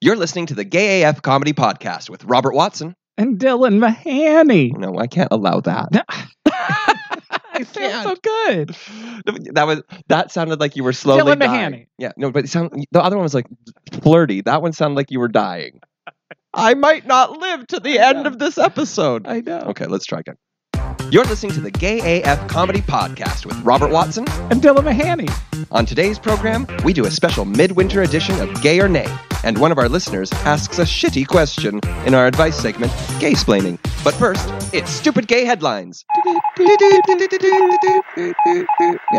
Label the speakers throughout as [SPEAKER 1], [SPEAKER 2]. [SPEAKER 1] You're listening to the Gay AF Comedy Podcast with Robert Watson.
[SPEAKER 2] and Dylan Mahaney.
[SPEAKER 1] No, I can't allow that.
[SPEAKER 2] I sound so good.
[SPEAKER 1] That was that sounded like you were slowly
[SPEAKER 2] Dylan
[SPEAKER 1] dying.
[SPEAKER 2] Mahaney.
[SPEAKER 1] Yeah, no, but it sound, the other one was like flirty. That one sounded like you were dying. I might not live to the end of this episode.
[SPEAKER 2] I know.
[SPEAKER 1] Okay, let's try again. You're listening to the Gay AF Comedy Podcast with Robert Watson.
[SPEAKER 2] And Dylan Mahaney.
[SPEAKER 1] On today's program, we do a special midwinter edition of Gay or Nay, and one of our listeners asks a shitty question in our advice segment, Gay Splaining. But first, it's stupid gay headlines. Yeah,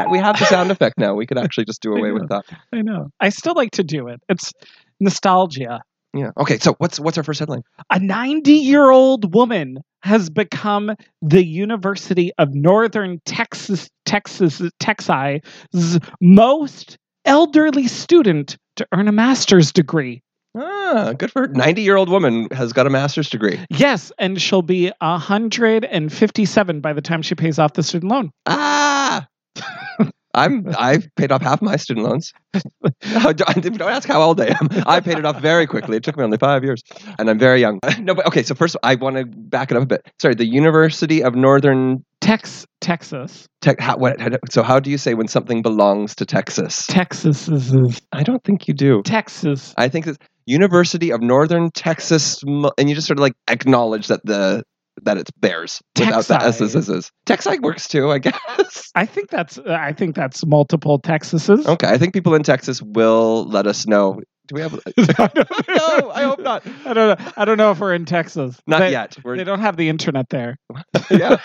[SPEAKER 1] we have the sound effect now. We could actually just do away with that.
[SPEAKER 2] I know. I still like to do it. It's nostalgia.
[SPEAKER 1] Yeah. Okay. So what's what's our first headline?
[SPEAKER 2] A 90 year old woman has become the University of Northern Texas, Texas, Texas' most elderly student to earn a master's degree.
[SPEAKER 1] Ah, good for ninety-year-old woman has got a master's degree.
[SPEAKER 2] Yes, and she'll be 157 by the time she pays off the student loan.
[SPEAKER 1] Ah. I'm. I've paid off half my student loans. Don't don't ask how old I am. I paid it off very quickly. It took me only five years, and I'm very young. No, but okay. So first, I want to back it up a bit. Sorry, the University of Northern
[SPEAKER 2] Tex Texas.
[SPEAKER 1] Tech. How, what, how do- so how do you say when something belongs to Texas?
[SPEAKER 2] Texas is, is
[SPEAKER 1] I don't think you do.
[SPEAKER 2] Texas.
[SPEAKER 1] I think it's University of Northern Texas, Mo- and you just sort of like acknowledge that the that it's theirs without the
[SPEAKER 2] Texai.
[SPEAKER 1] SSSs. Texai works too, I guess.
[SPEAKER 2] I think that's uh, I think that's multiple Texases.
[SPEAKER 1] Okay, I think people in Texas will let us know. Do we have?
[SPEAKER 2] I don't
[SPEAKER 1] No, I hope not.
[SPEAKER 2] I don't know. I don't know if we're in Texas.
[SPEAKER 1] Not
[SPEAKER 2] they,
[SPEAKER 1] yet. We're,
[SPEAKER 2] They don't have the internet there.
[SPEAKER 1] yeah.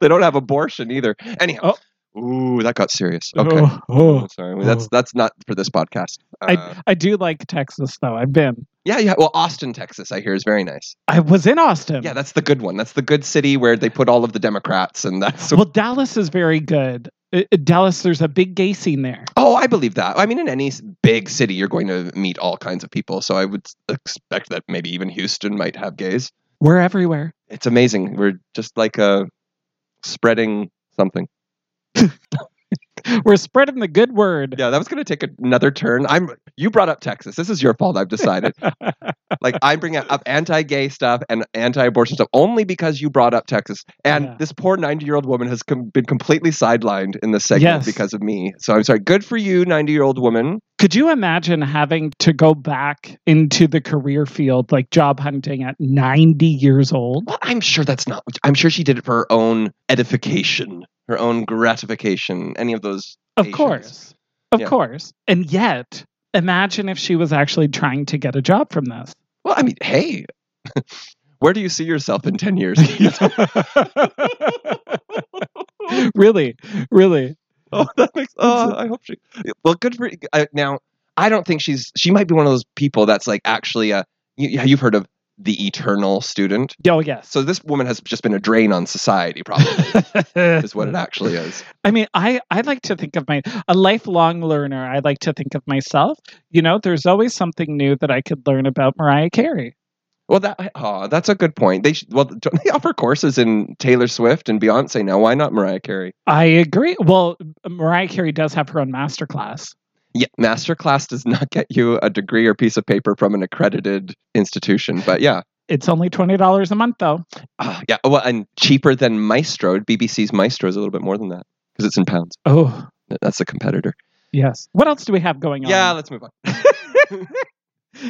[SPEAKER 1] they don't have abortion either. Anyhow. Ooh, that got serious. Okay. Uh,
[SPEAKER 2] Oh, oh.
[SPEAKER 1] I'm sorry. That's that's not for this podcast. Uh,
[SPEAKER 2] I I do like Texas though. I've been.
[SPEAKER 1] yeah, yeah. Well, Austin, Texas, I hear is very nice.
[SPEAKER 2] I was in Austin.
[SPEAKER 1] Yeah, that's the good one. That's the good city where they put all of the Democrats, and that's
[SPEAKER 2] well, Dallas is very good. Uh, uh, Dallas, there's a big gay scene there.
[SPEAKER 1] Oh, I believe that. I mean, in any s- big city, you're going to meet all kinds of people. So I would s- expect that maybe even Houston might have gays.
[SPEAKER 2] We're everywhere.
[SPEAKER 1] It's amazing. We're just like uh, spreading something.
[SPEAKER 2] We're spreading the good word.
[SPEAKER 1] Yeah, that was going to take another turn. I'm. You brought up Texas. This is your fault. I've decided. like I'm bringing up anti-gay stuff and anti-abortion stuff only because you brought up Texas. And
[SPEAKER 2] Yeah.
[SPEAKER 1] this poor 90-year-old woman has com- been completely sidelined in this segment
[SPEAKER 2] Yes.
[SPEAKER 1] because of me. So I'm sorry. Good for you, 90-year-old woman.
[SPEAKER 2] Could you imagine having to go back into the career field, like job hunting at 90 years old?
[SPEAKER 1] Well, I'm sure that's not. I'm sure she did it for her own edification, her own gratification. Any of those?
[SPEAKER 2] Of
[SPEAKER 1] Patience.
[SPEAKER 2] course. Of
[SPEAKER 1] Yeah.
[SPEAKER 2] course. And yet, imagine if she was actually trying to get a job from this.
[SPEAKER 1] Well, I mean, hey, where do you see yourself in ten years?
[SPEAKER 2] really, really.
[SPEAKER 1] oh, that makes. Oh, I hope she. Well, good for I, now. I don't think she's. She might be one of those people that's like actually a. You, yeah, you've heard of the eternal student.
[SPEAKER 2] Oh, yes.
[SPEAKER 1] So this woman has just been a drain on society. Probably is what it actually is.
[SPEAKER 2] I mean, I, I like to think of my a lifelong learner. I like to think of myself. You know, there's always something new that I could learn about Mariah Carey.
[SPEAKER 1] Well, that oh, that's a good point. They should, well, don't they offer courses in Taylor Swift and Beyonce now? Why not Mariah Carey?
[SPEAKER 2] I agree. Well, Mariah Carey does have her own masterclass.
[SPEAKER 1] Yeah, masterclass does not get you a degree or piece of paper from an accredited institution, but yeah,
[SPEAKER 2] It's only twenty dollars a month, though.
[SPEAKER 1] Ah, yeah. Well, and cheaper than Maestro. BBC's Maestro is a little bit more than that because it's in pounds.
[SPEAKER 2] Oh,
[SPEAKER 1] That's a competitor.
[SPEAKER 2] yes. What else do we have going on?
[SPEAKER 1] Yeah, let's move on.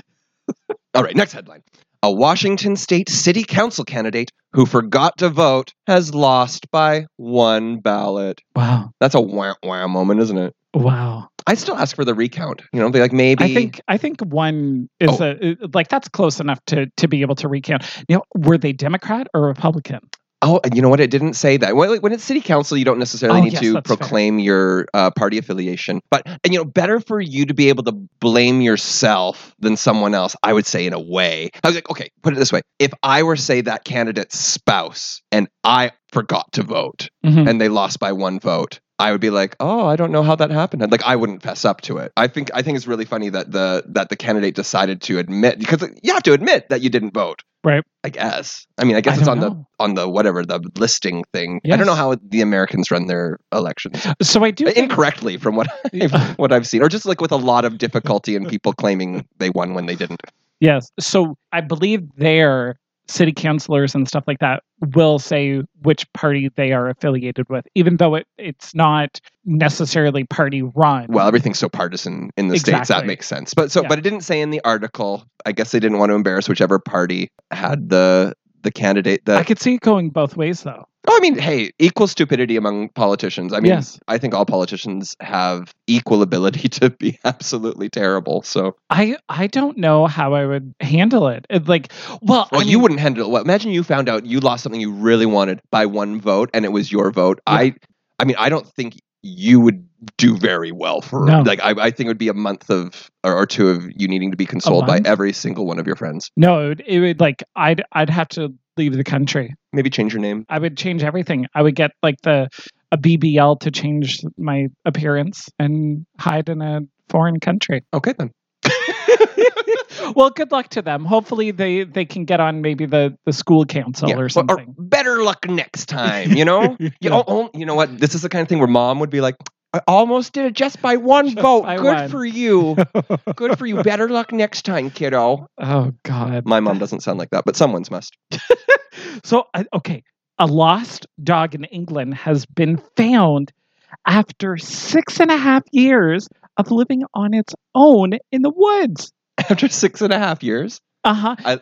[SPEAKER 1] All right, next headline. A Washington State City Council candidate who forgot to vote has lost by one ballot.
[SPEAKER 2] Wow.
[SPEAKER 1] That's a wow wow moment, isn't it?
[SPEAKER 2] Wow.
[SPEAKER 1] I still ask for the recount. You know, they like maybe.
[SPEAKER 2] I think I think one
[SPEAKER 1] Oh.
[SPEAKER 2] is a like that's close enough to to be able to recount. Now, were they Democrat or Republican?
[SPEAKER 1] Oh, and you know what? It didn't say that. When, when it's city council, you don't necessarily
[SPEAKER 2] Oh,
[SPEAKER 1] need
[SPEAKER 2] yes,
[SPEAKER 1] to
[SPEAKER 2] that's fair.
[SPEAKER 1] proclaim your uh, party affiliation. But and you know, better for you to be able to blame yourself than someone else. I would say, in a way, I was like, okay, put it this way: if I were say that candidate's spouse and I forgot to vote
[SPEAKER 2] Mhm.
[SPEAKER 1] Mm-hmm. and they lost by one vote, I would be like, "Oh, I don't know how that happened." And, like, I wouldn't fess up to it. I think I think it's really funny that the that the candidate decided to admit because you have to admit that you didn't vote,
[SPEAKER 2] Right.
[SPEAKER 1] I guess. I mean, I guess
[SPEAKER 2] I
[SPEAKER 1] it's on
[SPEAKER 2] don't
[SPEAKER 1] the on the whatever the listing thing. I don't know
[SPEAKER 2] Yes.
[SPEAKER 1] how the Americans run their elections
[SPEAKER 2] So I do think
[SPEAKER 1] incorrectly, from what I've, what I've seen, or just like with a lot of difficulty and people claiming they won when they didn't.
[SPEAKER 2] Yes. So I believe their city councilors and stuff like that will say which party they are affiliated with, even though it, it's not necessarily party run.
[SPEAKER 1] Well, everything's so partisan in the states that
[SPEAKER 2] Exactly.
[SPEAKER 1] makes sense. But so,
[SPEAKER 2] Yeah.
[SPEAKER 1] but it didn't say in the article. I guess they didn't want to embarrass whichever party had the the candidate that
[SPEAKER 2] I could see it going both ways, though.
[SPEAKER 1] Oh, I mean, hey, equal stupidity among politicians. I mean,
[SPEAKER 2] Yes.
[SPEAKER 1] I think all politicians have equal ability to be absolutely terrible. So,
[SPEAKER 2] I I don't know how I would handle it. It, like, well, I
[SPEAKER 1] well, you
[SPEAKER 2] mean,
[SPEAKER 1] wouldn't handle it. Well, imagine you found out you lost something you really wanted by one vote, and it was your vote.
[SPEAKER 2] Yeah.
[SPEAKER 1] I, I mean, I don't think you would do very well for
[SPEAKER 2] No.
[SPEAKER 1] like. I, I think it would be a month of or, or two of you needing to be consoled by
[SPEAKER 2] month?
[SPEAKER 1] every single one of your friends.
[SPEAKER 2] no, it would, it would like I'd I'd have to leave the country.
[SPEAKER 1] Maybe change your name.
[SPEAKER 2] I would change everything. I would get like the a BBL to change my appearance and hide in a foreign country.
[SPEAKER 1] Okay, then.
[SPEAKER 2] well, good luck to them. Hopefully, they they can get on maybe the the school council
[SPEAKER 1] Yeah,
[SPEAKER 2] or something.
[SPEAKER 1] better luck next time, you know? you,
[SPEAKER 2] Yeah.
[SPEAKER 1] al- al- you know what? This is the kind of thing where mom would be like, I almost did it just by one
[SPEAKER 2] Just
[SPEAKER 1] vote.
[SPEAKER 2] by
[SPEAKER 1] Good
[SPEAKER 2] one."
[SPEAKER 1] for you. Good for you. Better luck next time, kiddo.
[SPEAKER 2] oh God.
[SPEAKER 1] My mom doesn't sound like that, but someone's must.
[SPEAKER 2] So I- okay, a lost dog in England has been found after six and a half years of living on its own in the woods.
[SPEAKER 1] After six and a half years,
[SPEAKER 2] Uh huh.
[SPEAKER 1] I-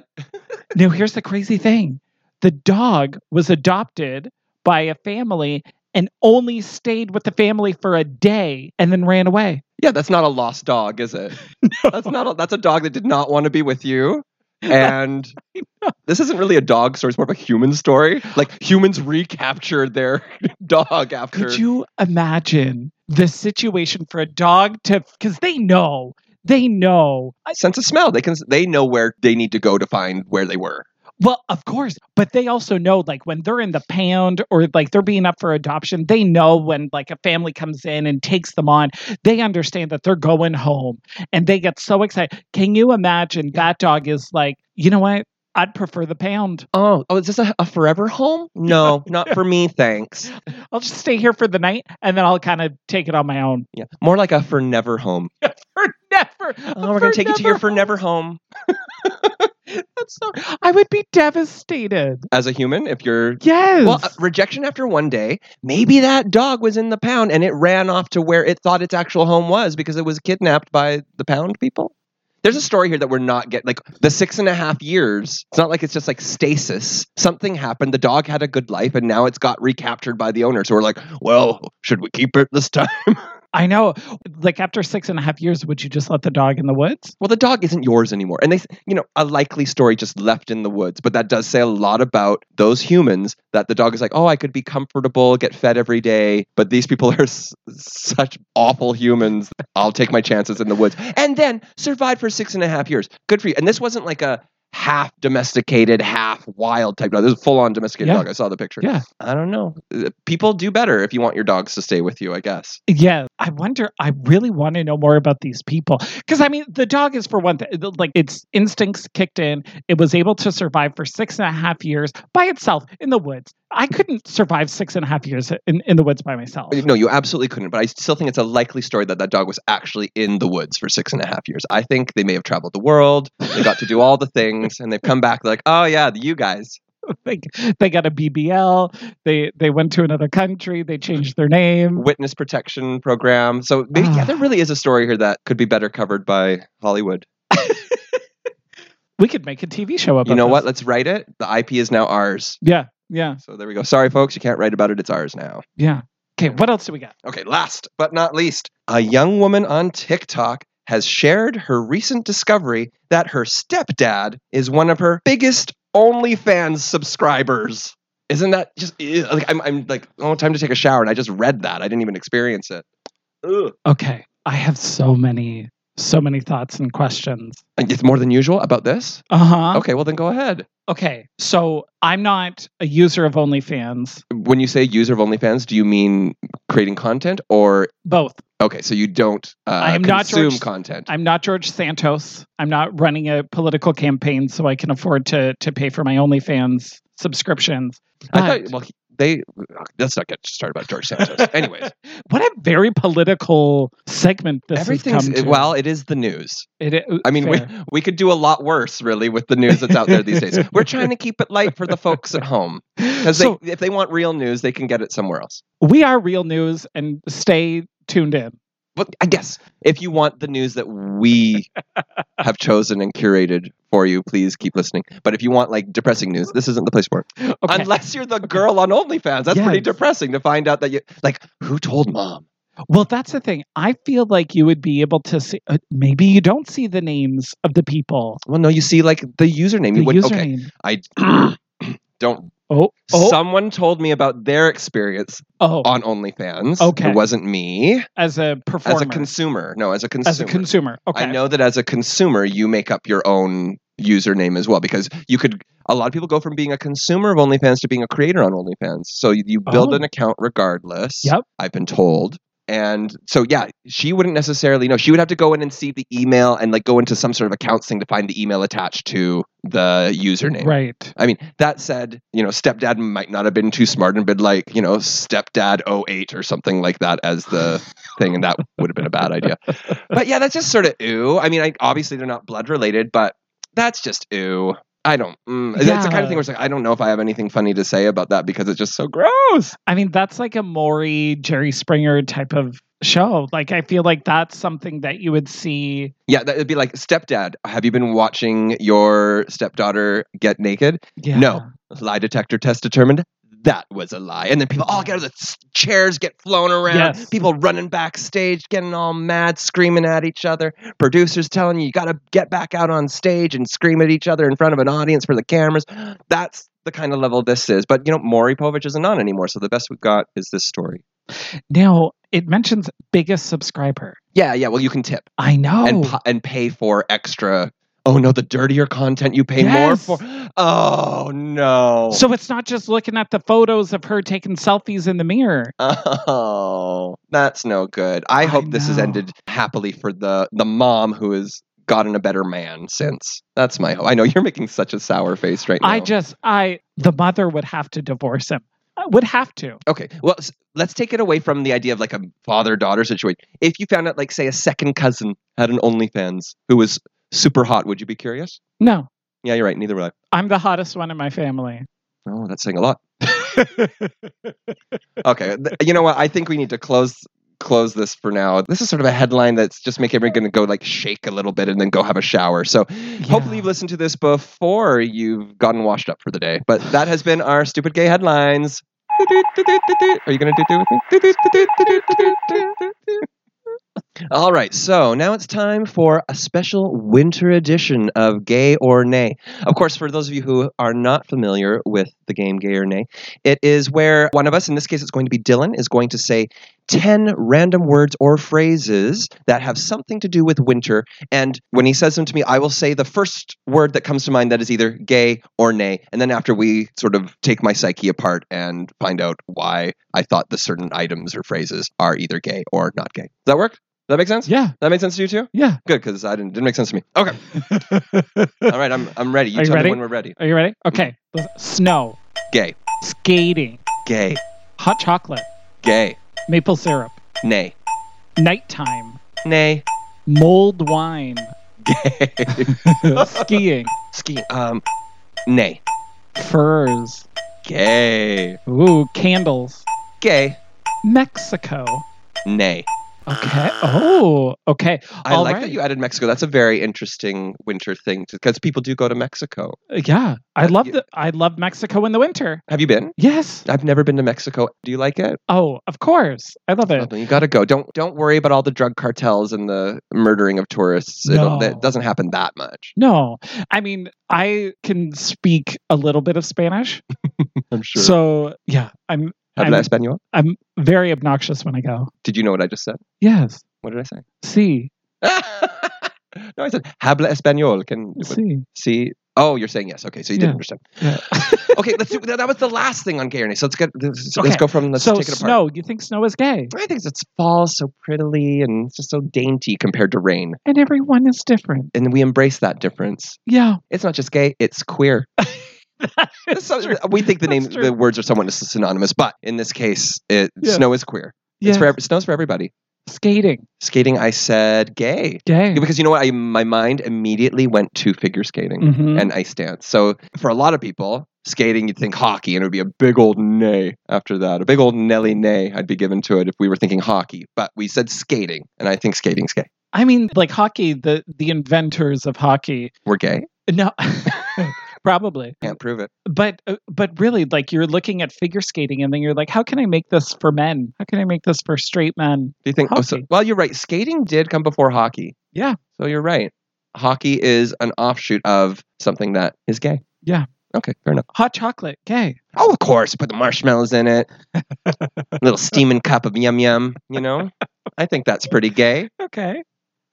[SPEAKER 2] now here's the crazy thing: the dog was adopted by a family and only stayed with the family for a day and then ran away.
[SPEAKER 1] yeah, that's not a lost dog, is it? That's not. A, that's a dog that did not want to be with you. And this isn't really a dog story; it's more of a human story. Like humans recaptured their dog after.
[SPEAKER 2] Could you imagine the situation for a dog to? Because they know, they know. I-
[SPEAKER 1] sense of smell. They can. They know where they need to go to find where they were.
[SPEAKER 2] Well, of course, but they also know, like, when they're in the pound or like they're being up for adoption, they know when like a family comes in and takes them on, they understand that they're going home and they get so excited. Can you imagine that dog is like, you know what? I'd prefer the pound.
[SPEAKER 1] Oh, oh, is this a, a forever home? No, not for me, thanks.
[SPEAKER 2] I'll just stay here for the night and then I'll kind of take it on my own.
[SPEAKER 1] Yeah, more like a for never home.
[SPEAKER 2] For never.
[SPEAKER 1] Oh, we're gonna take you to your
[SPEAKER 2] forever.
[SPEAKER 1] for never home.
[SPEAKER 2] That's so, I would be devastated.
[SPEAKER 1] As a human, if you're
[SPEAKER 2] Yes.
[SPEAKER 1] well, uh, rejection after one day, maybe that dog was in the pound and it ran off to where it thought its actual home was because it was kidnapped by the pound people. There's a story here that we're not getting. Like the six and a half years, it's not like it's just like stasis. Something happened. The dog had a good life, and now it's got recaptured by the owner. So we're like, well, should we keep it this time?
[SPEAKER 2] I know. Like after six and a half years, would you just let the dog in the woods?
[SPEAKER 1] well the dog isn't yours anymore and they you know a likely story just left in the woods but that does say a lot about those humans that the dog is like oh i could be comfortable get fed every day but these people are s- such awful humans i'll take my chances in the woods and then survived for six and a half years good for you and this wasn't like a half domesticated half wild type dog this is a full-on domesticated
[SPEAKER 2] Yeah.
[SPEAKER 1] dog i saw the picture
[SPEAKER 2] Yeah.
[SPEAKER 1] i don't know Uh, people do better if you want your dogs to stay with you i guess
[SPEAKER 2] Yeah. I wonder. I really want to know more about these people because I mean, the dog is for one thing. Like its instincts kicked in. It was able to survive for six and a half years by itself in the woods. I couldn't survive six and a half years in, in the woods by myself.
[SPEAKER 1] No, you absolutely couldn't. But I still think it's a likely story that that dog was actually in the woods for six and a half years. I think they may have traveled the world. They got to do all the things, and they've come back like, oh yeah, you guys.
[SPEAKER 2] They, they got a BBL. They they went to another country. They changed their name.
[SPEAKER 1] Witness protection program. So maybe, yeah,
[SPEAKER 2] Ah.
[SPEAKER 1] there really is a story here that could be better covered by Hollywood.
[SPEAKER 2] We could make a TV show about.
[SPEAKER 1] You know
[SPEAKER 2] this.
[SPEAKER 1] what? Let's write it. The IP is now ours.
[SPEAKER 2] Yeah. Yeah.
[SPEAKER 1] So there we go. Sorry, folks, you can't write about it. It's ours now.
[SPEAKER 2] Yeah. Okay. What else do we got?
[SPEAKER 1] Okay, last but not least, a young woman on TikTok has shared her recent discovery that her stepdad is one of her biggest OnlyFans subscribers. Isn't that just ew, like I'm, I'm like oh time to take a shower and I just read that I didn't even experience it. Ugh.
[SPEAKER 2] Okay. I have so many, so many thoughts and questions.
[SPEAKER 1] And It's more than usual about this.
[SPEAKER 2] Uh huh.
[SPEAKER 1] Okay, well then go ahead.
[SPEAKER 2] okay, so I'm not a user of OnlyFans.
[SPEAKER 1] When you say user of OnlyFans, do you mean creating content or
[SPEAKER 2] Both.
[SPEAKER 1] okay? So you don't uh,
[SPEAKER 2] I am not
[SPEAKER 1] consume
[SPEAKER 2] George-
[SPEAKER 1] content.
[SPEAKER 2] I'm not George Santos. I'm not running a political campaign, so I can afford to to pay for my OnlyFans subscriptions.
[SPEAKER 1] I
[SPEAKER 2] But-
[SPEAKER 1] thought well he- they let's not get started about George Santos. Anyways,
[SPEAKER 2] what a very political segment this has come
[SPEAKER 1] everything's
[SPEAKER 2] to.
[SPEAKER 1] well, it is the news.
[SPEAKER 2] It- it-
[SPEAKER 1] I mean, we,
[SPEAKER 2] fair.
[SPEAKER 1] we could do a lot worse, really, with the news that's out there these days. We're trying to keep it light for the folks at home because
[SPEAKER 2] so
[SPEAKER 1] if they want real news, they can get it somewhere else.
[SPEAKER 2] we are real news, and stay tuned in.
[SPEAKER 1] But I guess if you want the news that we have chosen and curated for you, please keep listening. But if you want like depressing news, this isn't the place for it.
[SPEAKER 2] Okay.
[SPEAKER 1] Unless you're the girl on OnlyFans, that's pretty
[SPEAKER 2] Yes.
[SPEAKER 1] depressing to find out that you like who told mom.
[SPEAKER 2] Well, that's the thing. I feel like you would be able to see. Uh, maybe you don't see the names of the people.
[SPEAKER 1] Well, no, you see like the username.
[SPEAKER 2] The
[SPEAKER 1] You would, okay,
[SPEAKER 2] username.
[SPEAKER 1] I don't.
[SPEAKER 2] Oh, oh,
[SPEAKER 1] Someone told me about their experience
[SPEAKER 2] oh.
[SPEAKER 1] on OnlyFans.
[SPEAKER 2] Okay.
[SPEAKER 1] it wasn't me.
[SPEAKER 2] As a performer,
[SPEAKER 1] As a consumer, no, as a consumer.
[SPEAKER 2] As a consumer. Okay.
[SPEAKER 1] I know that as a consumer, you make up your own username as well because you could. A lot of people go from being a consumer of OnlyFans to being a creator on OnlyFans. So you, you build
[SPEAKER 2] Oh.
[SPEAKER 1] an account regardless.
[SPEAKER 2] Yep.
[SPEAKER 1] I've been told. And so, yeah, she wouldn't necessarily know. She would have to go in and see the email and like go into some sort of accounts thing to find the email attached to the username.
[SPEAKER 2] Right.
[SPEAKER 1] I mean, that said, you know, stepdad might not have been too smart and been like, you know, stepdad 08 or something like that as the thing, and that would have been a bad idea. But yeah, that's just sort of ooh. I mean, I, obviously they're not blood related, but that's just ooh. I don't. Mm. It's the kind
[SPEAKER 2] Yeah.
[SPEAKER 1] of thing where it's like, I don't know if I have anything funny to say about that because it's just so gross.
[SPEAKER 2] I mean, that's like a Maury, Jerry Springer type of show. Like, I feel like that's something that you would see.
[SPEAKER 1] Yeah, that would be like, stepdad, have you been watching your stepdaughter get naked?
[SPEAKER 2] Yeah.
[SPEAKER 1] No. Lie detector test determined that was a lie. And then people all get out of the s- chairs, get flown around,
[SPEAKER 2] Yes.
[SPEAKER 1] people running backstage, getting all mad, screaming at each other. Producers telling you, you got to get back out on stage and scream at each other in front of an audience for the cameras. That's the kind of level this is. But, you know, Maury Povich isn't on anymore. So the best we've got is this story.
[SPEAKER 2] Now, it mentions biggest subscriber.
[SPEAKER 1] Yeah, yeah. Well, you can tip
[SPEAKER 2] I know.
[SPEAKER 1] and, po- and pay for extra. Oh, no, the dirtier content you pay
[SPEAKER 2] Yes.
[SPEAKER 1] more for. Oh, no.
[SPEAKER 2] so it's not just looking at the photos of her taking selfies in the mirror.
[SPEAKER 1] Oh, that's no good. I,
[SPEAKER 2] I
[SPEAKER 1] hope this has
[SPEAKER 2] know.
[SPEAKER 1] ended happily for the the mom who has gotten a better man since. That's my hope. I know you're making such a sour face right now.
[SPEAKER 2] I just, I, the mother would have to divorce him. I would have to.
[SPEAKER 1] okay. Well, s- let's take it away from the idea of like a father daughter situation. If you found out, like, say, a second cousin had an OnlyFans who was super hot, would you be curious?
[SPEAKER 2] No,
[SPEAKER 1] Yeah, you're right. Neither would I.
[SPEAKER 2] I'm the hottest one in my family.
[SPEAKER 1] Oh, that's saying a lot. okay, th- you know what? I think we need to close close this for now. This is sort of a headline that's just making everyone going to go like shake a little bit and then go have a shower. So hopefully you've listened to this before you've gotten washed up for the day. But that has been our stupid gay headlines. Are you going to do it with me? All right, so now it's time for a special winter edition of Gay or Nay. Of course, for those of you who are not familiar with the game Gay or Nay, it is where one of us, in this case it's going to be Dylan, is going to say 10 random words or phrases that have something to do with winter. And when he says them to me, I will say the first word that comes to mind that is either gay or nay. And then after we sort of take my psyche apart and find out why I thought the certain items or phrases are either gay or not gay. Does that work? Does that make sense?
[SPEAKER 2] Yeah,
[SPEAKER 1] That made sense to you too?
[SPEAKER 2] yeah.
[SPEAKER 1] Good, because I didn't didn't make sense to me. Okay. All right, I'm I'm ready. You
[SPEAKER 2] Are you
[SPEAKER 1] tell
[SPEAKER 2] ready?
[SPEAKER 1] me when we're ready.
[SPEAKER 2] Are you ready? Okay. Listen. Snow,
[SPEAKER 1] Gay.
[SPEAKER 2] skating,
[SPEAKER 1] Gay.
[SPEAKER 2] hot chocolate,
[SPEAKER 1] Gay.
[SPEAKER 2] maple syrup,
[SPEAKER 1] Nay.
[SPEAKER 2] nighttime,
[SPEAKER 1] Nay.
[SPEAKER 2] mold wine,
[SPEAKER 1] Gay.
[SPEAKER 2] skiing,
[SPEAKER 1] Ski. Um nay.
[SPEAKER 2] furs,
[SPEAKER 1] Gay.
[SPEAKER 2] ooh, candles,
[SPEAKER 1] Gay.
[SPEAKER 2] Mexico.
[SPEAKER 1] Nay.
[SPEAKER 2] Okay.
[SPEAKER 1] Ah.
[SPEAKER 2] Oh, okay.
[SPEAKER 1] I
[SPEAKER 2] All
[SPEAKER 1] like
[SPEAKER 2] right.
[SPEAKER 1] that you added Mexico. That's a very interesting winter thing because people do go to Mexico.
[SPEAKER 2] Yeah, I
[SPEAKER 1] Uh,
[SPEAKER 2] love
[SPEAKER 1] you-
[SPEAKER 2] the I love Mexico in the winter.
[SPEAKER 1] Have you been?
[SPEAKER 2] Yes.
[SPEAKER 1] I've never been to Mexico. Do you like it?
[SPEAKER 2] Oh, of course. I love
[SPEAKER 1] Oh,
[SPEAKER 2] it.
[SPEAKER 1] no, you got to go. Don't don't worry about all the drug cartels and the murdering of tourists. It'll-
[SPEAKER 2] No.
[SPEAKER 1] It doesn't happen that much.
[SPEAKER 2] No, I mean I can speak a little bit of Spanish,
[SPEAKER 1] I'm sure.
[SPEAKER 2] so yeah, I'm
[SPEAKER 1] Habla
[SPEAKER 2] I'm-
[SPEAKER 1] español?
[SPEAKER 2] I'm very obnoxious when I go.
[SPEAKER 1] Did you know what I just said?
[SPEAKER 2] Yes.
[SPEAKER 1] What did I say?
[SPEAKER 2] See,
[SPEAKER 1] no, I said habla español. Can
[SPEAKER 2] see.
[SPEAKER 1] see Oh, you're saying yes. Okay, so you didn't
[SPEAKER 2] Yeah.
[SPEAKER 1] understand.
[SPEAKER 2] Yeah.
[SPEAKER 1] okay, let's do that. That was the last thing on gay or nay. So let's get let's,
[SPEAKER 2] Okay,
[SPEAKER 1] let's go from let's
[SPEAKER 2] so
[SPEAKER 1] take it apart.
[SPEAKER 2] snow, you think snow is gay,
[SPEAKER 1] I think it's fall so prettily and it's just so dainty compared to rain.
[SPEAKER 2] and everyone is different.
[SPEAKER 1] And we embrace that difference.
[SPEAKER 2] Yeah,
[SPEAKER 1] It's not just gay, it's queer.
[SPEAKER 2] That's
[SPEAKER 1] So-
[SPEAKER 2] true.
[SPEAKER 1] we think the name
[SPEAKER 2] That's true.
[SPEAKER 1] the words are somewhat synonymous, but in this case, it,
[SPEAKER 2] Yeah.
[SPEAKER 1] snow is queer.
[SPEAKER 2] yeah.
[SPEAKER 1] It's for ev- snow's for everybody.
[SPEAKER 2] skating,
[SPEAKER 1] Skating, I said gay.
[SPEAKER 2] gay.
[SPEAKER 1] Because you know what? I, my mind immediately went to figure skating
[SPEAKER 2] Mhm.
[SPEAKER 1] and ice dance. So for a lot of people, skating, you'd think hockey, and it would be a big old nay after that. A big old Nelly nay I'd be given to it if we were thinking hockey. But we said skating, and I think skating's gay.
[SPEAKER 2] I mean, like hockey, the the inventors of hockey.
[SPEAKER 1] We're gay.
[SPEAKER 2] No, probably.
[SPEAKER 1] Can't prove it.
[SPEAKER 2] But uh, but really, like you're looking at figure skating, and then you're like, how can I make this for men? How can I make this for straight men?
[SPEAKER 1] Do you think? Oh, so,
[SPEAKER 2] Hockey.
[SPEAKER 1] well, you're right. Skating did come before hockey.
[SPEAKER 2] Yeah.
[SPEAKER 1] So you're right. Hockey is an offshoot of something that is gay.
[SPEAKER 2] Yeah.
[SPEAKER 1] Okay, fair enough.
[SPEAKER 2] Hot chocolate, gay.
[SPEAKER 1] Oh, of course. Put the marshmallows in it. little steaming cup of yum yum, you know? I think that's pretty gay.
[SPEAKER 2] Okay,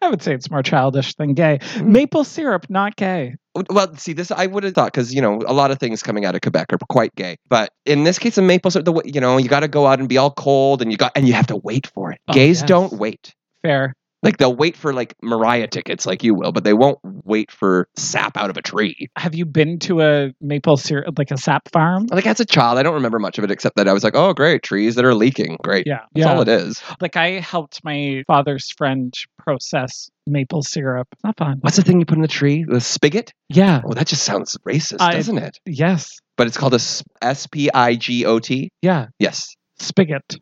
[SPEAKER 2] I would say it's more childish than gay. Maple syrup, not gay.
[SPEAKER 1] Well, see, this I would have thought because you know a lot of things coming out of Quebec are quite gay, but in this case, of maple syrup, the wa- you know you got to go out and be all cold, and you got and you have to wait for it.
[SPEAKER 2] Oh,
[SPEAKER 1] Gays
[SPEAKER 2] yes.
[SPEAKER 1] don't wait.
[SPEAKER 2] Fair.
[SPEAKER 1] Like they'll wait for like Mariah tickets, like you will, but they won't wait for sap out of a tree.
[SPEAKER 2] Have you been to a maple syrup, like a sap farm?
[SPEAKER 1] Like as a child, I don't remember much of it except that I was like, oh great, trees that are leaking, great.
[SPEAKER 2] Yeah,
[SPEAKER 1] That's
[SPEAKER 2] yeah.
[SPEAKER 1] all it is.
[SPEAKER 2] Like I helped my father's friend process maple syrup. Not fun.
[SPEAKER 1] What's the thing you put in the tree? The spigot?
[SPEAKER 2] Yeah.
[SPEAKER 1] Oh, that just sounds racist,
[SPEAKER 2] I-
[SPEAKER 1] doesn't it?
[SPEAKER 2] Yes.
[SPEAKER 1] But it's called a s- S P I G O T.
[SPEAKER 2] Yeah.
[SPEAKER 1] Yes.
[SPEAKER 2] Spigot.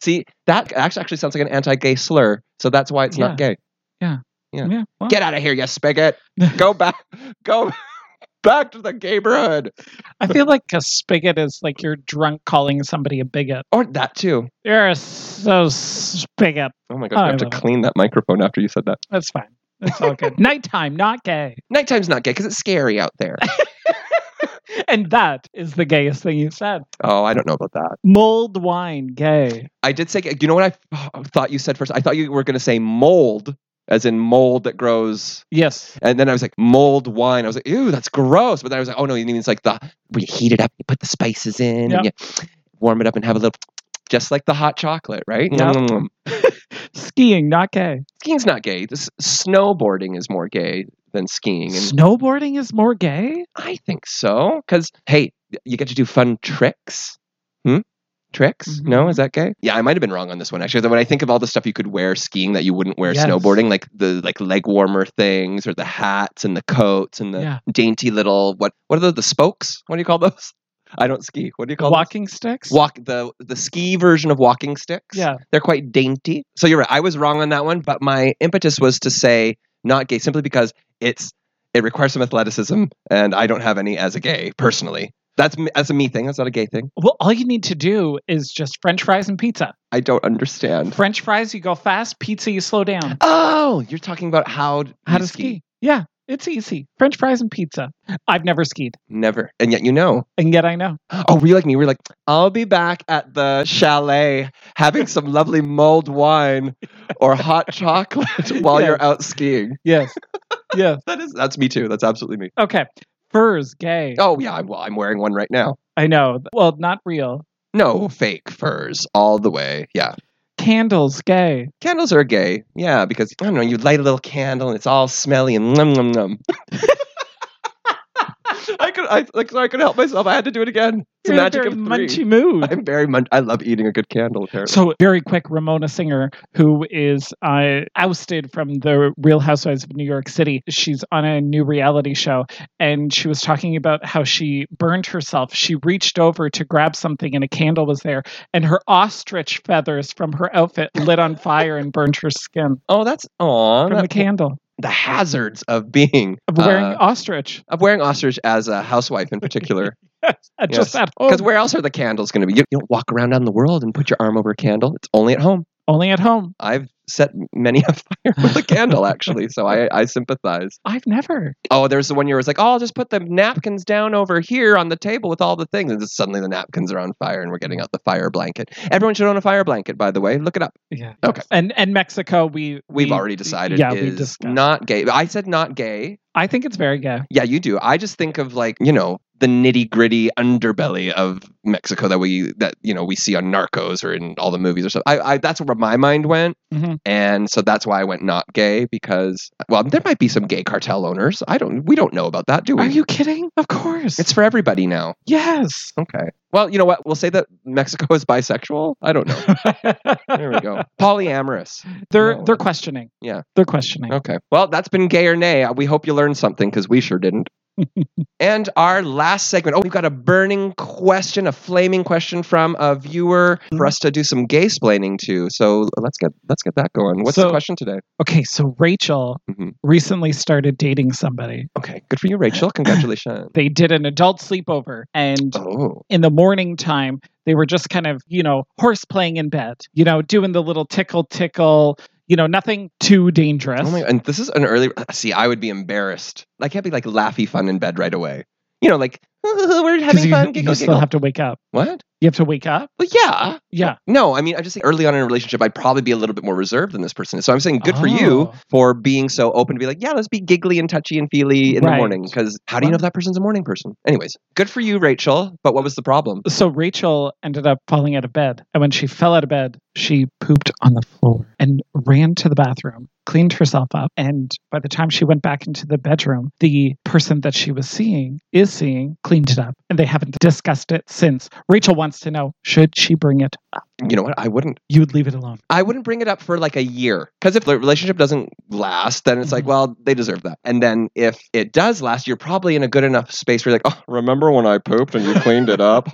[SPEAKER 1] See, that actually actually sounds like an anti-gay slur, so that's why it's not gay. Yeah.
[SPEAKER 2] Yeah. well.
[SPEAKER 1] Get out of here, you spigot! Go back, go back to the neighborhood,
[SPEAKER 2] I feel like a spigot is like you're drunk calling somebody a bigot.
[SPEAKER 1] or that too.
[SPEAKER 2] You're so spigot.
[SPEAKER 1] Oh my
[SPEAKER 2] Oh,
[SPEAKER 1] god, I
[SPEAKER 2] I
[SPEAKER 1] have to
[SPEAKER 2] love it.
[SPEAKER 1] clean that microphone after you said that.
[SPEAKER 2] That's fine. That's all good. Nighttime, not gay.
[SPEAKER 1] Nighttime's not gay because it's scary out there.
[SPEAKER 2] And that is the gayest thing you said.
[SPEAKER 1] oh, I don't know about that.
[SPEAKER 2] Mold wine, gay.
[SPEAKER 1] I did say, you know what I f- oh, thought you said first? I thought you were going to say mold, as in mold that grows.
[SPEAKER 2] Yes.
[SPEAKER 1] And then I was like, mold wine. I was like, ew, that's gross. But then I was like, oh no, you mean it's like the where you heat it up, you put the spices in, and you warm it up and have a little, just like the hot chocolate, right?
[SPEAKER 2] Yeah.
[SPEAKER 1] Mm.
[SPEAKER 2] Skiing, not gay.
[SPEAKER 1] Skiing's not gay. This, snowboarding is more gay than skiing, and
[SPEAKER 2] Snowboarding is more gay?
[SPEAKER 1] I think so. Because hey, you get to do fun tricks. Hmm? Tricks?
[SPEAKER 2] Mhm.
[SPEAKER 1] No, is that gay? Mm-hmm. Yeah, I might have been wrong on this one actually. When I think of all the stuff you could wear skiing that you wouldn't wear
[SPEAKER 2] Yes.
[SPEAKER 1] snowboarding, like the like leg warmer things or the hats and the coats and the
[SPEAKER 2] Yeah.
[SPEAKER 1] dainty little what what are those the spokes? What do you call those? I don't ski. What do you call those?
[SPEAKER 2] Walking sticks?
[SPEAKER 1] walk the the ski version of walking sticks.
[SPEAKER 2] Yeah.
[SPEAKER 1] They're quite dainty. So you're right. I was wrong on that one, but my impetus was to say not gay simply because it's it requires some athleticism and I don't have any as a gay personally. That's m- that's a me thing. That's not a gay thing.
[SPEAKER 2] Well, all you need to do is just french fries and pizza.
[SPEAKER 1] I don't understand.
[SPEAKER 2] French fries, you go fast. Pizza, you slow down.
[SPEAKER 1] Oh, you're talking about how
[SPEAKER 2] How
[SPEAKER 1] you
[SPEAKER 2] to ski. Yeah, it's easy. French fries and pizza. I've never skied,
[SPEAKER 1] Never. And yet you know.
[SPEAKER 2] and yet I know.
[SPEAKER 1] Oh, were you like me? We're like, I'll be back at the chalet having some lovely mulled wine or hot chocolate while
[SPEAKER 2] Yes.
[SPEAKER 1] you're out skiing.
[SPEAKER 2] Yes. yes.
[SPEAKER 1] That is that's me too. That's absolutely me.
[SPEAKER 2] Okay. Furs, gay.
[SPEAKER 1] Oh yeah, I'm, well, I'm wearing one right now.
[SPEAKER 2] I know. Well, not real.
[SPEAKER 1] No fake furs all the way. Yeah,
[SPEAKER 2] Candles, gay.
[SPEAKER 1] candles are gay. Yeah, because I don't know, you light a little candle and it's all smelly and num num num. I could, I like, so I could help myself. I had to do it again. It's the
[SPEAKER 2] You're in a
[SPEAKER 1] magic
[SPEAKER 2] very
[SPEAKER 1] of three.
[SPEAKER 2] munchy mood.
[SPEAKER 1] I'm very munch. I love eating a good candle. Apparently,
[SPEAKER 2] So very quick, Ramona Singer, who is uh, ousted from the Real Housewives of New York City, she's on a new reality show, and she was talking about how she burned herself. She reached over to grab something, and a candle was there, and her ostrich feathers from her outfit lit on fire and burned her skin
[SPEAKER 1] oh, that's aw,
[SPEAKER 2] from the
[SPEAKER 1] that-
[SPEAKER 2] candle
[SPEAKER 1] the hazards of being
[SPEAKER 2] of wearing
[SPEAKER 1] uh,
[SPEAKER 2] ostrich.
[SPEAKER 1] of wearing ostrich as a housewife in particular.
[SPEAKER 2] Uh, Just at home.
[SPEAKER 1] Because where else are the candles going to be? You, you don't walk around on the world and put your arm over a candle. It's only at home.
[SPEAKER 2] Only at home.
[SPEAKER 1] I've set many afire with a candle, actually, so I, I sympathize.
[SPEAKER 2] I've never.
[SPEAKER 1] Oh, there's the one year where it's like, oh, I'll just put the napkins down over here on the table with all the things, and just suddenly the napkins are on fire, and we're getting out the fire blanket. Everyone should own a fire blanket, by the way. Look it up.
[SPEAKER 2] Yeah.
[SPEAKER 1] Okay.
[SPEAKER 2] And and Mexico, we
[SPEAKER 1] We've
[SPEAKER 2] we-
[SPEAKER 1] already decided
[SPEAKER 2] Yeah, we
[SPEAKER 1] is
[SPEAKER 2] discussed.
[SPEAKER 1] not gay. I said not gay.
[SPEAKER 2] I think it's very gay.
[SPEAKER 1] Yeah, you do. I just think of like, you know, the nitty gritty underbelly of Mexico that we that you know we see on Narcos or in all the movies or stuff. I, I that's where my mind went,
[SPEAKER 2] Mhm.
[SPEAKER 1] and so that's why I went not gay because well, there might be some gay cartel owners. I don't. We don't know about that, do we?
[SPEAKER 2] Are you kidding? Of course.
[SPEAKER 1] It's for everybody now.
[SPEAKER 2] yes.
[SPEAKER 1] Okay. Well, you know what? We'll say that Mexico is bisexual. I don't know. There we go. Polyamorous.
[SPEAKER 2] they're
[SPEAKER 1] No.
[SPEAKER 2] they're questioning.
[SPEAKER 1] Yeah. Oh.
[SPEAKER 2] They're questioning.
[SPEAKER 1] Okay. Well, that's been gay or nay. We hope you learned something because we sure didn't. and our last segment. Oh, we've got a burning question, a flaming question from a viewer for us to do some gay splaining to. So let's get let's get that going. What's the
[SPEAKER 2] So-
[SPEAKER 1] question today?
[SPEAKER 2] Okay, so Rachel
[SPEAKER 1] Mhm.
[SPEAKER 2] recently started dating somebody.
[SPEAKER 1] Okay. Good for you, Rachel. Congratulations.
[SPEAKER 2] They did an adult sleepover and
[SPEAKER 1] oh.
[SPEAKER 2] in the morning time they were just kind of, you know, horse playing in bed, you know, doing the little tickle tickle, you know, nothing too dangerous.
[SPEAKER 1] Oh my! And this is an early. See, I would be embarrassed. I can't be like laughy fun in bed right away. You know, like we're
[SPEAKER 2] 'Cause
[SPEAKER 1] having
[SPEAKER 2] you,
[SPEAKER 1] fun.
[SPEAKER 2] you
[SPEAKER 1] Giggle,
[SPEAKER 2] still
[SPEAKER 1] giggle.
[SPEAKER 2] have to wake up.
[SPEAKER 1] what?
[SPEAKER 2] You have to wake up.
[SPEAKER 1] Well, yeah.
[SPEAKER 2] Yeah.
[SPEAKER 1] No, I mean, I just think early on in a relationship, I'd probably be a little bit more reserved than this person. is. So I'm saying good for you
[SPEAKER 2] Oh.
[SPEAKER 1] for being so open to be like, yeah, let's be giggly and touchy and feely in the
[SPEAKER 2] Right.
[SPEAKER 1] morning. Because how do you know if that person's a morning person? Anyways, good for you, Rachel. But what was the problem?
[SPEAKER 2] So Rachel ended up falling out of bed. And when she fell out of bed, she pooped on the floor and ran to the bathroom, cleaned herself up. And by the time she went back into the bedroom, the person that she was seeing is seeing cleaned it up. And they haven't discussed it since. Rachel wants to know should she bring it up?
[SPEAKER 1] You know what? I wouldn't.
[SPEAKER 2] You would leave it alone.
[SPEAKER 1] I wouldn't bring it up for like a year. Because if the relationship doesn't last, then it's like,
[SPEAKER 2] Mhm.
[SPEAKER 1] well, they deserve that. And then if it does last, you're probably in a good enough space where you're like, oh, remember when I pooped and you cleaned it up?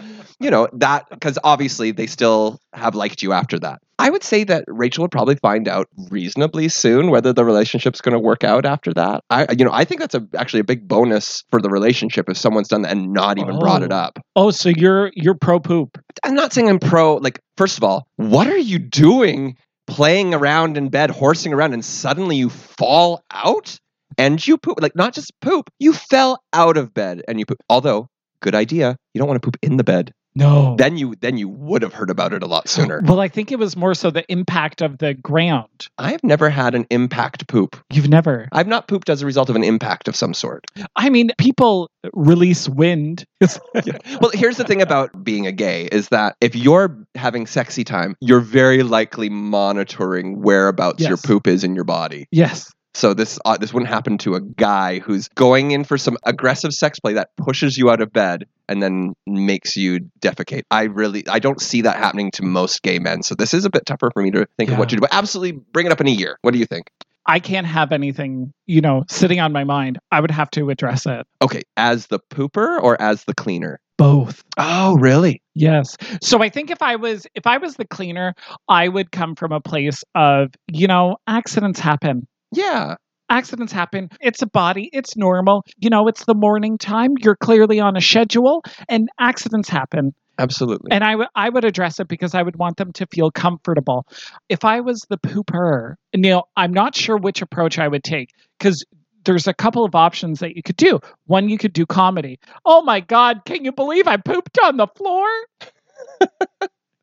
[SPEAKER 1] you know, that, because obviously they still have liked you after that. I would say that Rachel would probably find out reasonably soon whether the relationship's going to work out after that. I, you know, I think that's a, actually a big bonus for the relationship if someone's done that and not even brought it
[SPEAKER 2] Oh.
[SPEAKER 1] up.
[SPEAKER 2] Oh, so you're you're pro poop.
[SPEAKER 1] I'm not saying I'm pro. Like, first of all, what are you doing playing around in bed, horsing around, and suddenly you fall out and you poop? Like, not just poop, you fell out of bed and you poop. Although, good idea. You don't want to poop in the bed.
[SPEAKER 2] No.
[SPEAKER 1] Then you then you would have heard about it a lot sooner.
[SPEAKER 2] well, I think it was more so the impact of the ground.
[SPEAKER 1] I've never had an impact poop.
[SPEAKER 2] You've never.
[SPEAKER 1] I've not pooped as a result of an impact of some sort.
[SPEAKER 2] I mean, people release wind.
[SPEAKER 1] Well, here's the thing about being a gay is that if you're having sexy time, you're very likely monitoring whereabouts your
[SPEAKER 2] Yes.
[SPEAKER 1] poop is in your body.
[SPEAKER 2] yes.
[SPEAKER 1] So this uh, this wouldn't happen to a guy who's going in for some aggressive sex play that pushes you out of bed and then makes you defecate. I really I don't see that happening to most gay men. So this is a bit tougher for me to think of what to
[SPEAKER 2] Yeah.
[SPEAKER 1] do. But absolutely bring it up in a year. What do you think?
[SPEAKER 2] I can't have anything, you know, sitting on my mind. I would have to address it.
[SPEAKER 1] Okay, as the pooper or as the cleaner?
[SPEAKER 2] Both.
[SPEAKER 1] Oh, really?
[SPEAKER 2] Yes. So I think if I was if I was the cleaner, I would come from a place of, you know, accidents happen.
[SPEAKER 1] Yeah.
[SPEAKER 2] Accidents happen. It's a body. It's normal. You know, it's the morning time. You're clearly on a schedule and accidents happen.
[SPEAKER 1] Absolutely.
[SPEAKER 2] And I would I would address it because I would want them to feel comfortable. If I was the pooper, Neil, I'm not sure which approach I would take because there's a couple of options that you could do. One, you could do comedy. Oh my God, can you believe I pooped on the floor?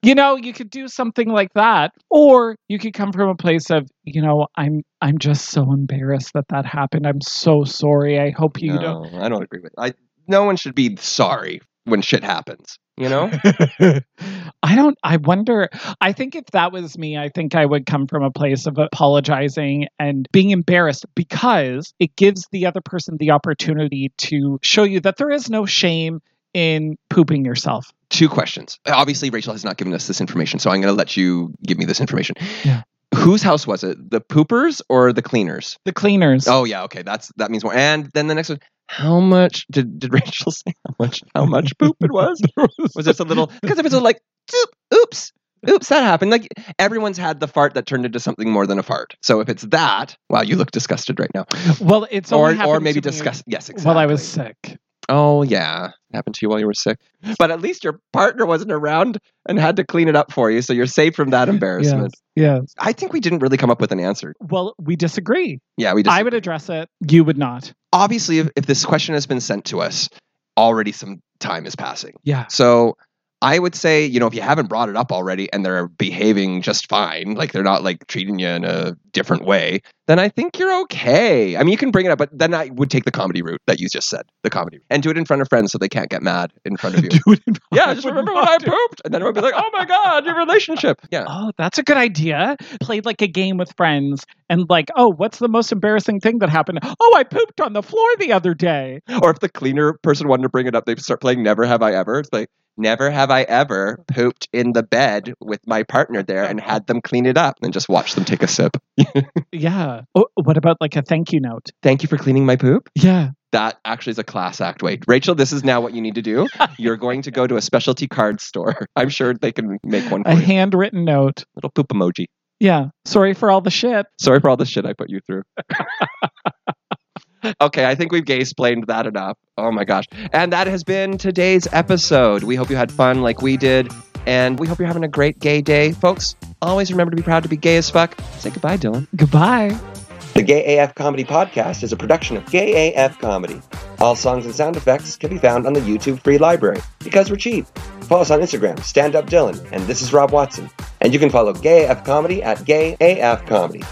[SPEAKER 2] you know, you could do something like that, or you could come from a place of, you know, I'm I'm just so embarrassed that that happened. I'm so sorry. I hope you don't.
[SPEAKER 1] no, I don't agree with. I no one should be sorry when shit happens, you know?
[SPEAKER 2] I don't, I wonder. I think if that was me, I think I would come from a place of apologizing and being embarrassed because it gives the other person the opportunity to show you that there is no shame in pooping yourself.
[SPEAKER 1] two questions. Obviously, Rachel has not given us this information, so I'm going to let you give me this information.
[SPEAKER 2] Yeah.
[SPEAKER 1] Whose house was it? The poopers or the cleaners?
[SPEAKER 2] The cleaners.
[SPEAKER 1] Oh yeah, okay. That's that means more. And then the next one. How much did, did Rachel say? How much? How much poop it was? Was this a little? Because if it's a like, "Zoop, oops, oops, that happened. Like everyone's had the fart that turned into something more than a fart. So if it's that, wow, you look disgusted right now.
[SPEAKER 2] Well, it's only
[SPEAKER 1] or or
[SPEAKER 2] happened
[SPEAKER 1] maybe
[SPEAKER 2] to me
[SPEAKER 1] disgust. Yes, exactly.
[SPEAKER 2] While I was sick.
[SPEAKER 1] Oh yeah, it happened to you while you were sick. But at least your partner wasn't around and had to clean it up for you, so you're safe from that embarrassment.
[SPEAKER 2] Yeah.
[SPEAKER 1] I think we didn't really come up with an answer.
[SPEAKER 2] Well, we disagree.
[SPEAKER 1] Yeah, we just
[SPEAKER 2] I would address it. You would not.
[SPEAKER 1] obviously if, if this question has been sent to us, already some time is passing.
[SPEAKER 2] Yeah.
[SPEAKER 1] So I would say, you know, if you haven't brought it up already and they're behaving just fine, like they're not like treating you in a different way, then I think you're okay. I mean, you can bring it up, but then I would take the comedy route that you just said, the comedy, and do it in front of friends so they can't get mad in front of you.
[SPEAKER 2] Dude,
[SPEAKER 1] yeah, just remember when I pooped, and then everyone would be like, "Oh my god, your relationship." Yeah,
[SPEAKER 2] Oh, that's a good idea. Played like a game with friends and like, oh, what's the most embarrassing thing that happened? Oh, I pooped on the floor the other day.
[SPEAKER 1] or if the cleaner person wanted to bring it up, they start playing "Never Have I Ever." It's like, "Never have I ever pooped in the bed with my partner there and had them clean it up," and just watch them take a sip.
[SPEAKER 2] Yeah. Oh, what about like a thank you note?
[SPEAKER 1] Thank you for cleaning my poop.
[SPEAKER 2] Yeah.
[SPEAKER 1] That actually is a class act. Wait, Rachel, this is now what you need to do. You're going to go to a specialty card store. I'm sure they can make one for
[SPEAKER 2] A
[SPEAKER 1] you.
[SPEAKER 2] handwritten note.
[SPEAKER 1] Little poop emoji.
[SPEAKER 2] Yeah. Sorry for all the shit.
[SPEAKER 1] Sorry for all the shit I put you through. okay, I think we've gay explained that enough. Oh my gosh. And that has been today's episode. We hope you had fun like we did. And we hope you're having a great gay day. Folks, always remember to be proud to be gay as fuck. Say goodbye, Dylan.
[SPEAKER 2] Goodbye.
[SPEAKER 1] The Gay AF Comedy Podcast is a production of Gay AF Comedy. All songs and sound effects can be found on the YouTube Free Library because we're cheap. Follow us on Instagram, Stand Up Dylan, and this is Rob Watson. And you can follow Gay AF Comedy at Gay AF Comedy.